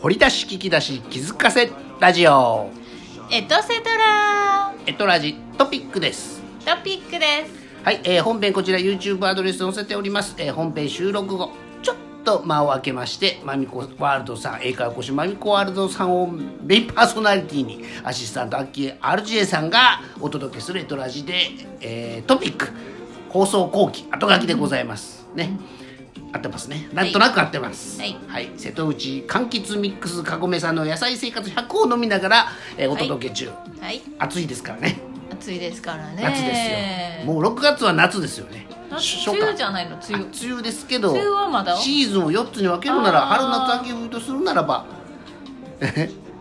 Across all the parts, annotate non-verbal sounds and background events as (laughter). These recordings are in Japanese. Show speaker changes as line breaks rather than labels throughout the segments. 掘り出し聞き出し気づかせラジオ
エトセトラ
エトラジトピックです
トピックです
はい、えー本編こちら YouTube アドレス載せております、えー本編収録後ちょっと間を空けましてまみこワールドさん英会話講師まみこワールドさんをメインパーソナリティにアシスタントアッキー RJ さんがお届けするエトラジで、えートピック放送後期後書きでございますね合ってますねなんとなく合ってます
はい
瀬戸内柑橘ミックスかごめさんの野菜生活100を飲みながら、えーお届け中、
はい
暑いですからね
暑いですからね
夏ですよもう6月は夏ですよね
だって
初夏
梅雨じゃないの梅雨
あ梅雨ですけど
梅雨はまだ
シーズンを4つに分けるなら
あ
春
ー
夏秋冬とするならば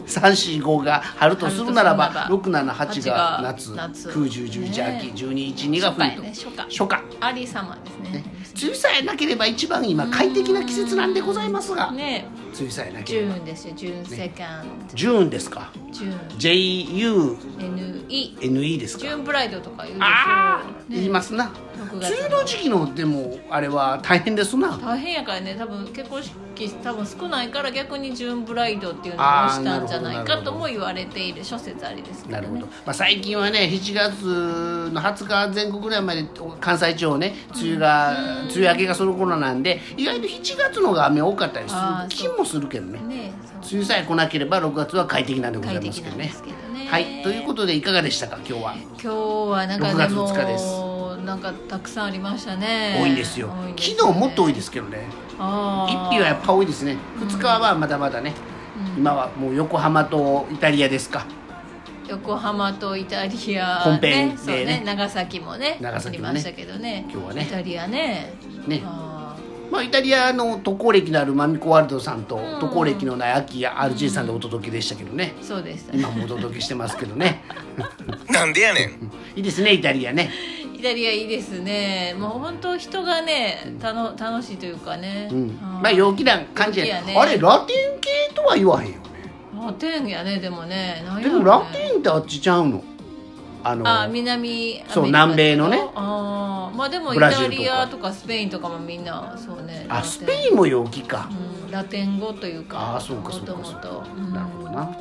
345が春とするならば
春とするならば
678が夏
八が夏
91011秋
ね
1212が冬と
初夏やね初夏
初夏
ありさまですね
ね梅雨さえなければ一番今快適な季節なんでございますが梅
ね
雨さえなけ
ジ
れ
ュ
ば
ーンですよジューンセカンド
ジューンですか
ジュー
JUNE
ン NE
です
ジ
か
ューンブライドとか言うんですよ
ああ
ね
言いますな
6
梅
月
雨の時期のでもあれは大変ですな
大変やからね多分結婚式多分少ないから逆にジューンブライドっていうのをしたんじゃないかとも言われている諸説ありですけど
な
ね
るほど、まあ、最近はね7月の20日全国ぐらいまで関西地方ね梅雨が、梅雨明けがその頃なんで意外と7月の方が雨多かったりす
あ
る
ー
気もするけどね
ね
梅
そう
雨さえ来なければ6月は快適なんでござい
快
ま
適
すけど
なんで
ね
すけどね
はいということでいかがでしたか今日は
今日はなんか
6
で
月
も
2日です
なんかたくさんありましたね
多いんですよ
多いですね
昨日もっと多いですけどね
あ
1
ー
日はやっぱ多いですね2日はまだまだね、今はもう横浜とイタリアですか
横浜とイタリア、ね、
本編でね
そうね長崎もね
長崎もね
ありましたけどね
今日はね
イタリアね
ね
あー
まあ、イタリアの渡航歴のあるマミコワールドさんと
ん
渡航歴のないアキや RJ さんでお届けでしたけどね、
そうでしたね
今もお届けしてますけどね
なんでやねん。
いいですねイタリアね
イタリアいいですねもう本当人がねたの楽しいというかね、
うん
はい
まあ陽気な感じや
陽気やね
あれラテン系とは言わへんよね
ラテンやねでもねなんや
で
ろね
もラテンってあっちちゃうのあの
あ南
そう
アメリカ
南米のね
あーまあでもイ
ブラジル
タ
とか
リアとかスペインとかもみんなそうね
あ
ラテン
スペインも陽気か、
うん、ラテン語というか
あーそうかそうか
もともと
そうかなるほどな
は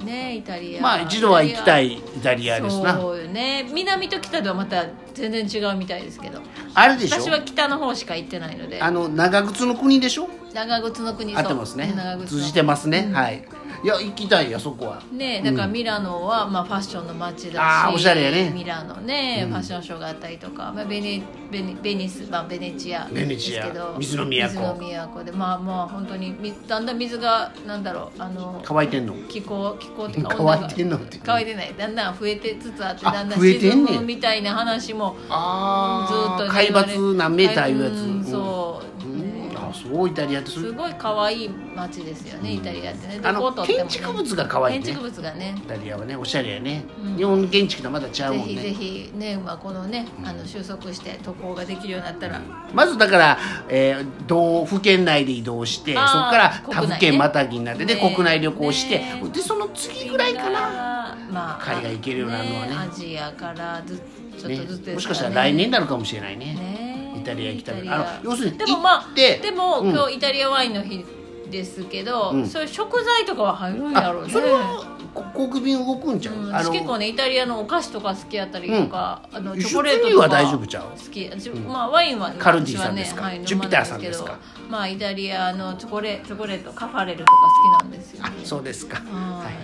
ーいねイタリア
まあ一度は行きたいイタ
イ
リ
タ
ア
リア
ですな
そうよね南と北ではまた全然違うみたいですけど
あれでしょ
私は北の方しか行ってないので
あの長靴の国でしょ
長靴の国
合ってますね
そう長靴の
通じてますね、はいいや行きたいやそこは
ねだからミラノは、まあ、ファッションの街だし
あーおしゃれやね
ミラノね、ファッションショーがあったりとか、まあ、ベネベネベニス、まあ、ベネチア
ベネチア
ですけど
水の都
水の都でまあまあ本当にみだんだん水がなんだろうあの
乾いてんの
気候気候というか
乾いてんのって
乾いてないだんだん増えてつつあって
あ
だんだん
増えてんねん
沈むみたいな話も
あ
ず
ー
っとね
海
言わ
抜
れ
何メーターいうやつ、
うん
う
そう、
ん
ね
あそうイタリアってそうい
す
う
ごい可愛い街ですよね、イタリアってね。
あの
どことってもね
建築物が可愛いね
建築物がね
イ。タリアはねおしゃれやね、
うん
日本の建築とまだ違う
ぜ
もん
ひぜ
ね
ひね、まあ、このね、あの収束して渡航ができるようになったら。
まずだから、えー道府県内で移動してそ
あ
こ
ー
から他
国内ね
府県またぎになってで、
ね
国内旅行して、
ね
でその次ぐらいかな、
まあ、
海外行けるようになるのはね
アジアからず、ちょっとずつ、
ね、もしかしたら来年。になるかもしれないね
ね。
イタリア行きたい
イタリ
あの
ア
要するに
でも、ま
行
あ、
って
でも、
うん
今日イタリアワインの日ですけど、
うん
そういう食材とかは入るんやろう
あ
ね。
それはこ国便動くんちゃう、
うん
あ
私
の
結構ねイタリアのお菓子とか好きやったりとか、あの
輸
チ
出
ョコレート
入
と
は
か
大丈夫ちゃう
好き私まあワインは
カルディさんですか
私はねはい
ジュピターさんですか
飲まないけどまあイタリアのチョコレチョコレートカファレルとか好きなんですよ
あ
ね
そうですか、
は
はい、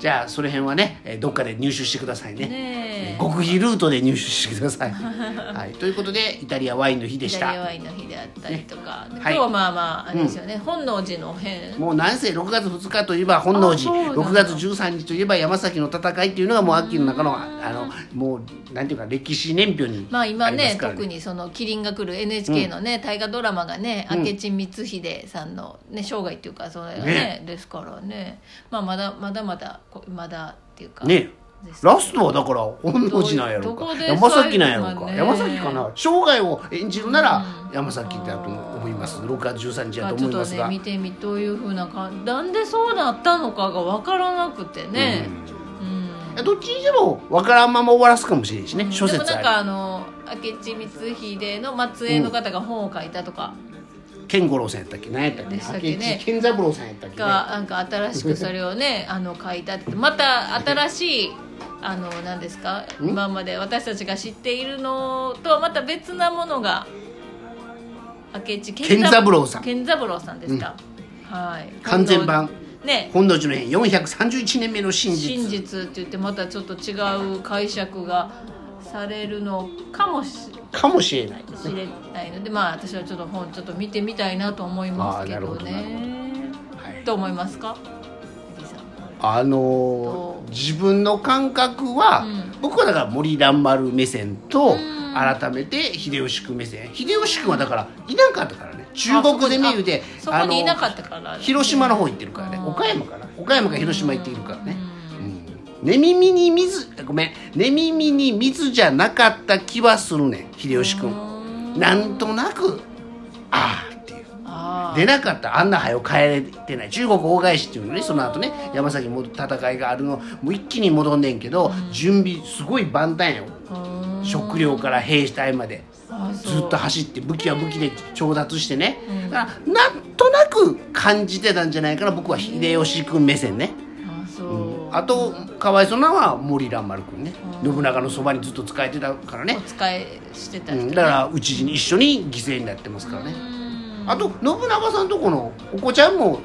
じゃあその辺はねえーどっかで入手してくださいね
ねえ
極秘ルートで入手してくだ
(laughs)
さい、はい、ということでイタリアワインの日で
イ
し
タリア
た
ワインの日であったりとか、で
はい
今日はまあまああれですよね、本能寺の変
もうなんせ6月2日といえば本能寺
あそうな
6
んだ
月13日といえば山崎の戦いっていうのがもう秋の中のあのもうなんていうか歴史年表に
まあ今
りま
ね
すから
特にその「麒麟が来る」NHK のね大河ドラマがね、明智光秀さんの、ね、生涯っていうかそれがね
ね
ですからね、まあ、まだまだまだこまだっていうか
ね
です
ラストはだから本能寺なんやろう
どこ
か
で
山崎なんやろうか、
最後
山
はね
崎かな生涯を演じるなら山崎だと思います6月13日だ
まあ
と
ち
思
ょっ
いま
と
す
ね
が、
見てみどういうふうな感じなんでそうなったのかが分からなくてね、うん
どっちにしても分からんまま終わらすかもしれんしね、諸
でも
説
なん
あ
かあの明智光秀の末裔の方が本を書いたとか、
り健五郎さんやったっけ何やったっけ
でしたっけ
明
ね
智健三郎さんやったっけ、ね、
がなんか新しくそれを
(laughs)
ねあの書いたってまた新しいあの何ですか
ん
今まで私たちが知っているのとはまた別なものが明智
健三郎さん
健三郎さんですか、はい
完全版
ね
本能寺の変431年目の真実
真実って言ってまたちょっと違う解釈がされるのかもし
かもしれないです
知
ね
れないのでまあ私はちょっと本ちょっと見てみたいなと思いますけ
あーなるほ
ど
どなる
ね
はい
どう思いますか八木さん
あのー自分の感覚は、
うん
僕はだから森蘭丸目線と
うん
改めて秀吉君目線秀吉君はだからいなかったからね中国で見るで
そこにいなか
の
ったから
広島の方行ってるからね
うん
岡山かな岡山か広島行っているからね
う
う
ん
ん寝耳に水ごめん寝耳に水じゃなかった気はするねん秀吉君
うん
なんとなくああっていう
あー
出なかったあんな早く帰れてない中国大返しっていうのねその後ね山崎も戦いがあるのもう一気に戻んねんけど、準備すごい万端よ
うん
食料から兵士隊まで
あーそう
ずっと走って武器は武器で調達してね、
うん
だからなんとなく感じてたんじゃないかな僕は秀吉君目線ね、
あーそう、
あとかわいそうなのは森蘭丸君ね
うん
信長のそばにずっと使えてたからね
お、使いしてた
う
人、
んだから討ち死に一緒に犠牲になってますからね、
うん
あと信長さんとこのお子ちゃんも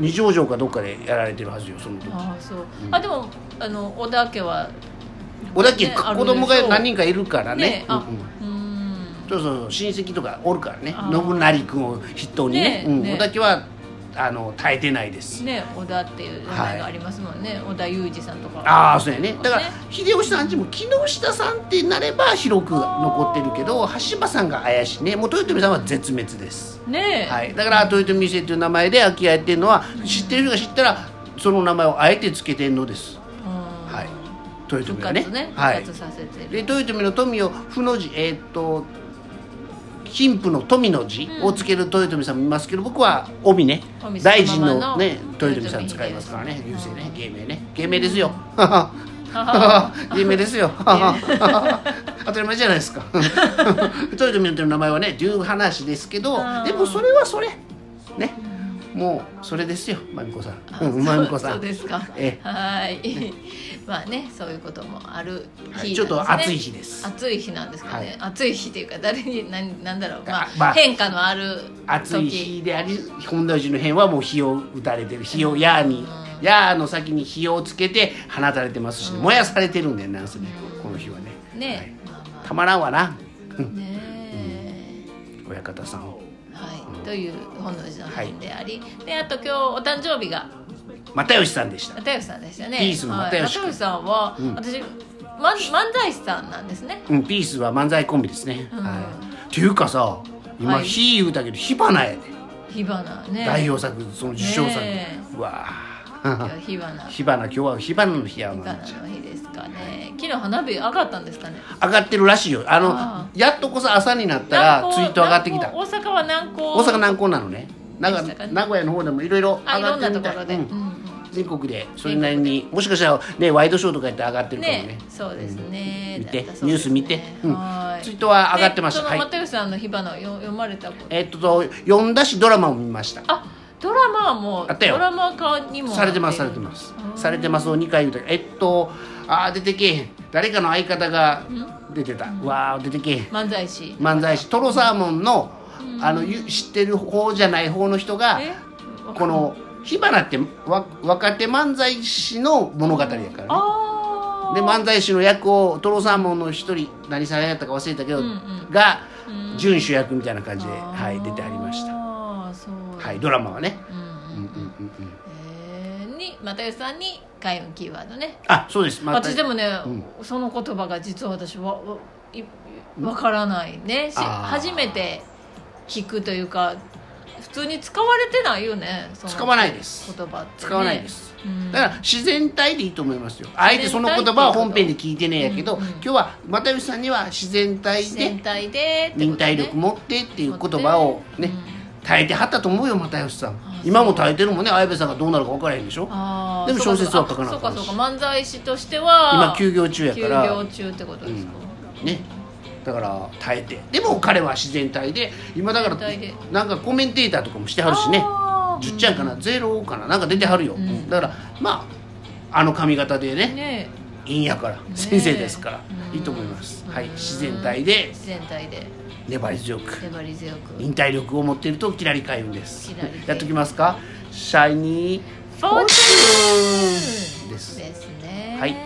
二条城かどっかでやられてるはずよその時
あーそう、
うん
あでもあの織田家は
小田家、
ねある
子
でしょ
供が何人かいるからね
ね
うんう
あ
ん
うん
そうそうそう親戚とかおるからね
あー
信成君を筆頭にね
ね
うん
ね
小田家はあの耐えてないです、
ね織田っていう名前がありますもんね、織田裕二さんとか
ああそうやねだから
ね
秀吉さんちも木下さんってなれば広く残ってるけど橋場さんが怪しいねもう豊臣さんは絶滅です
ねえ、
はい、だから豊臣姓という名前で空き家やってるのは知ってる人が知ったらその名前をあえてつけてんのです
うん
はい豊
復
臣がね
活ね
は
復
い
活させてる、
で豊臣の富を「負の字」えーっと貧富の富の字をつける豊臣さんもいますけど、僕は帯ね
富様
大臣のね
の
豊臣さん使いますからね優
豊
勢
臣
ね
秀
芸名ね芸名
(laughs)
ですよ芸名ですよ (laughs) 当たり前じゃないですか (laughs) 豊臣の名前はねっていう話ですけど
うん
でもそれはそれねもうそれですよまみこさん (laughs) うんまみこさ
そうんですか。は
え
ーい。 (laughs) まあね、そういうこともある日なんです、
は
ね
いちょっと暑い日です
暑い日なんですかね。
はい
暑い日というか誰に何なんだろう。まあ、
あまあ
変化のある
暑い
時。
日であり本能寺の変はもう火を打たれてる火を矢に矢の先に火をつけて放たれてますし、燃やされてるんだよなんせねこの日はね
ね、まあ
は
ま
いたまらんわな
あね。
親方さん
はい、という本能寺の変であり、であと今日お誕生日が
又吉さんでした
又吉さんでしたね。
ピースの
はい
又吉君
又吉さんは、
うん
私ま漫才師さんなんですね。
うんピースは漫才コンビですね、
うん
はい、っていうかさ今、
はい
火言うたけど火花やで、
火花ね。
代表作その受賞作、
ね
うわ
今
あ
日火
(laughs)
花。
火花今日は火花の日やわ
いか
な
がの日ですかね。昨日花火上がったんですかね。
上がってるらしいよあの
あ
やっとこそ朝になったらツイート上がってきた
南港大阪は南港。
大阪南港なのね名古
でしたかね
名古屋の方でもいろいろ上
あ、い
が
ろ
っ
ん
て
な
る
と
みた
こ
い
ろで。
う
うんんうん
全国でそれなりにもしかしたらねワイドショーとかやって上がってるかもね
ね、そうですね。
見て
だったそう
ニュー
です
ス
ね
見て、うん
はーい
ツイートは上がってましたは
でそ
い
の又吉さんの火花をよ読まれたこと。
えっと読んだしドラマも見ました
あ、ドラマはもう
あったよ
ドラマ化にも
されてますされてますされてますを2回言うたえっとあー出てけえへん誰かの相方が出てたうわー出てけえへん
す。漫才師。
漫才師トロサーモンのあのゆ知ってる方じゃない方の人が
え
こ。の火花ってわ若手漫才師の物語やからね
ああ。
で漫才師の役をトロサーモンの一人何さんやったか忘れたけど、
うんうん
が
うん
準主役みたいな感じで、
あー
はい、出てありました、
ああ、そう。
はい、。ドラマはね、
うんう
うんう
ん
んうんうん、
えーに又吉さんに開運キーワードね
あそうですまた
私でもね、
う
その言葉が実は私はわいわからないねし
あー
初めて聞くというか普通に使われてないよねその
使わないです
言葉って、ね、
使わないです、
うん
だから自然体でいいと思いますよあえてその言葉は本編で聞いてねえやけど、
うんうん
今日は又吉さんには自然体
自然
で
体でってことね
忍耐力持ってっていう言葉をね、耐えてはったと思うよ又吉さん
あそう
今も耐えてるもんね綾部さんがどうなるか分からへんでしょ
あー
でも小説は書かな
そ
あ
う
か
か
んし
そうかそうか漫才師としては
今休業中やから
休業中ってことですか、
ねだから耐えてでも彼は自然体で今だから
自然体で
なんかコメンテーターとかもしてはるしね
あー
10ちゃんかなゼロかななんか出てはるよ、
うん
だからまああの髪型でね
ね
いいんやから
え
先生ですから
うん
いいと思います、はい、
うん
自然体で
自然体で
粘り強く
粘り強く
忍耐力を持っているとキラリ開運です
キラリ
やっときますかシャイニー
フォーチ
ュ
ュン
ンです
ですね、
はい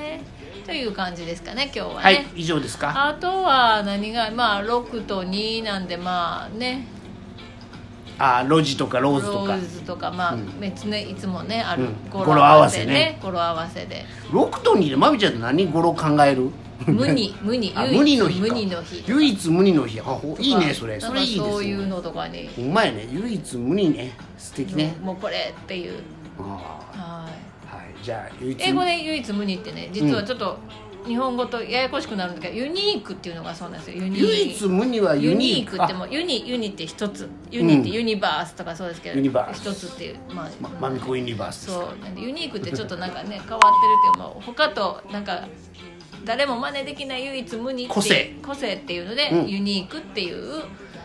という感じですかね今日はね、
はい以上ですか
あとは何がまあ6と2なんでまあね
あロジとかローズ
ロ
とか
ーズとかまあ、
うん
別ねいつもねある
うん
語
語
呂
呂
合
合
わ
わ
せ
せ
ね
ね
語呂合わせで
6と2でまみちゃんと何語呂考える
無に無に
あ
唯
(laughs) 無二
一
の日か
無二の日
唯一無二の日あほいいねそれ
なん
そ
か
れいいです
そういう
ね
のとかに、
ほんまやね唯一無二ね素敵ね
もうこれっていう
あ
はい
ーはいじゃあ唯一
英語で唯一無二ってね実はちょっと日本語とややこしくなるんだけど、ユニークっていうのがそうなんですよユニーク
唯一無二は
ユ
ユ
ニ
ニ
ー
ー
ク
ク
ってもうユニユニって一つユニって
うん
ユニバースとかそうですけど、
ユニバース
一つっていうまあ、
あまマミコユニバースです
そうなんでユニークってちょっとなんかね変わってるっていうまあ他となんか誰も真似できない唯一無二っていう
個性
個性っていうので、
うん
ユニークっていう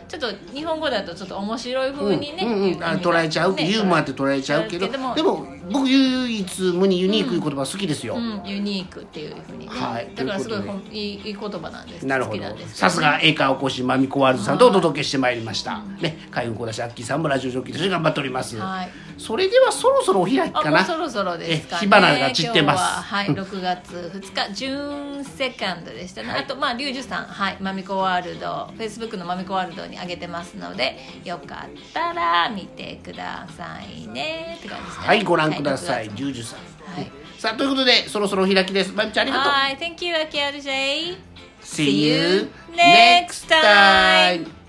ちょっと日本語だとちょっと面白い風にね、
うんうんうん、あ捉えちゃう、
ね
ユーモアって捉えちゃうけど
捉え
で
る
も僕唯一無二ユニークいう言葉好きですよ、
うん、ユニークっていうふうにね、
はい
だからすごい
ということ
いいいい言葉なんです
なるほ
好
ど
きなんですけど
さすが栄華おこしまみこワールドさんとお届けしてまいりました、ね海運小出しアッキーさんもラジオジョッキーとして頑張っております、
はい
それではそろそろお開き
あ
か
もう
な
そろそろですかね
え火花が散ってます
今日ははい6月2日ジューンセカンドでしたね、あとまあリュウジュさんはいマミコワールドフェイスブックのマミコワールドに上げてますのでよかったら見てくださいねって感じですかね
はいご覧ください、
は
ジュージュさん、
はい
さあということでそろそろお開きですまみちゃんありがとう
はい Thank you, AKRJ
See you
next
next time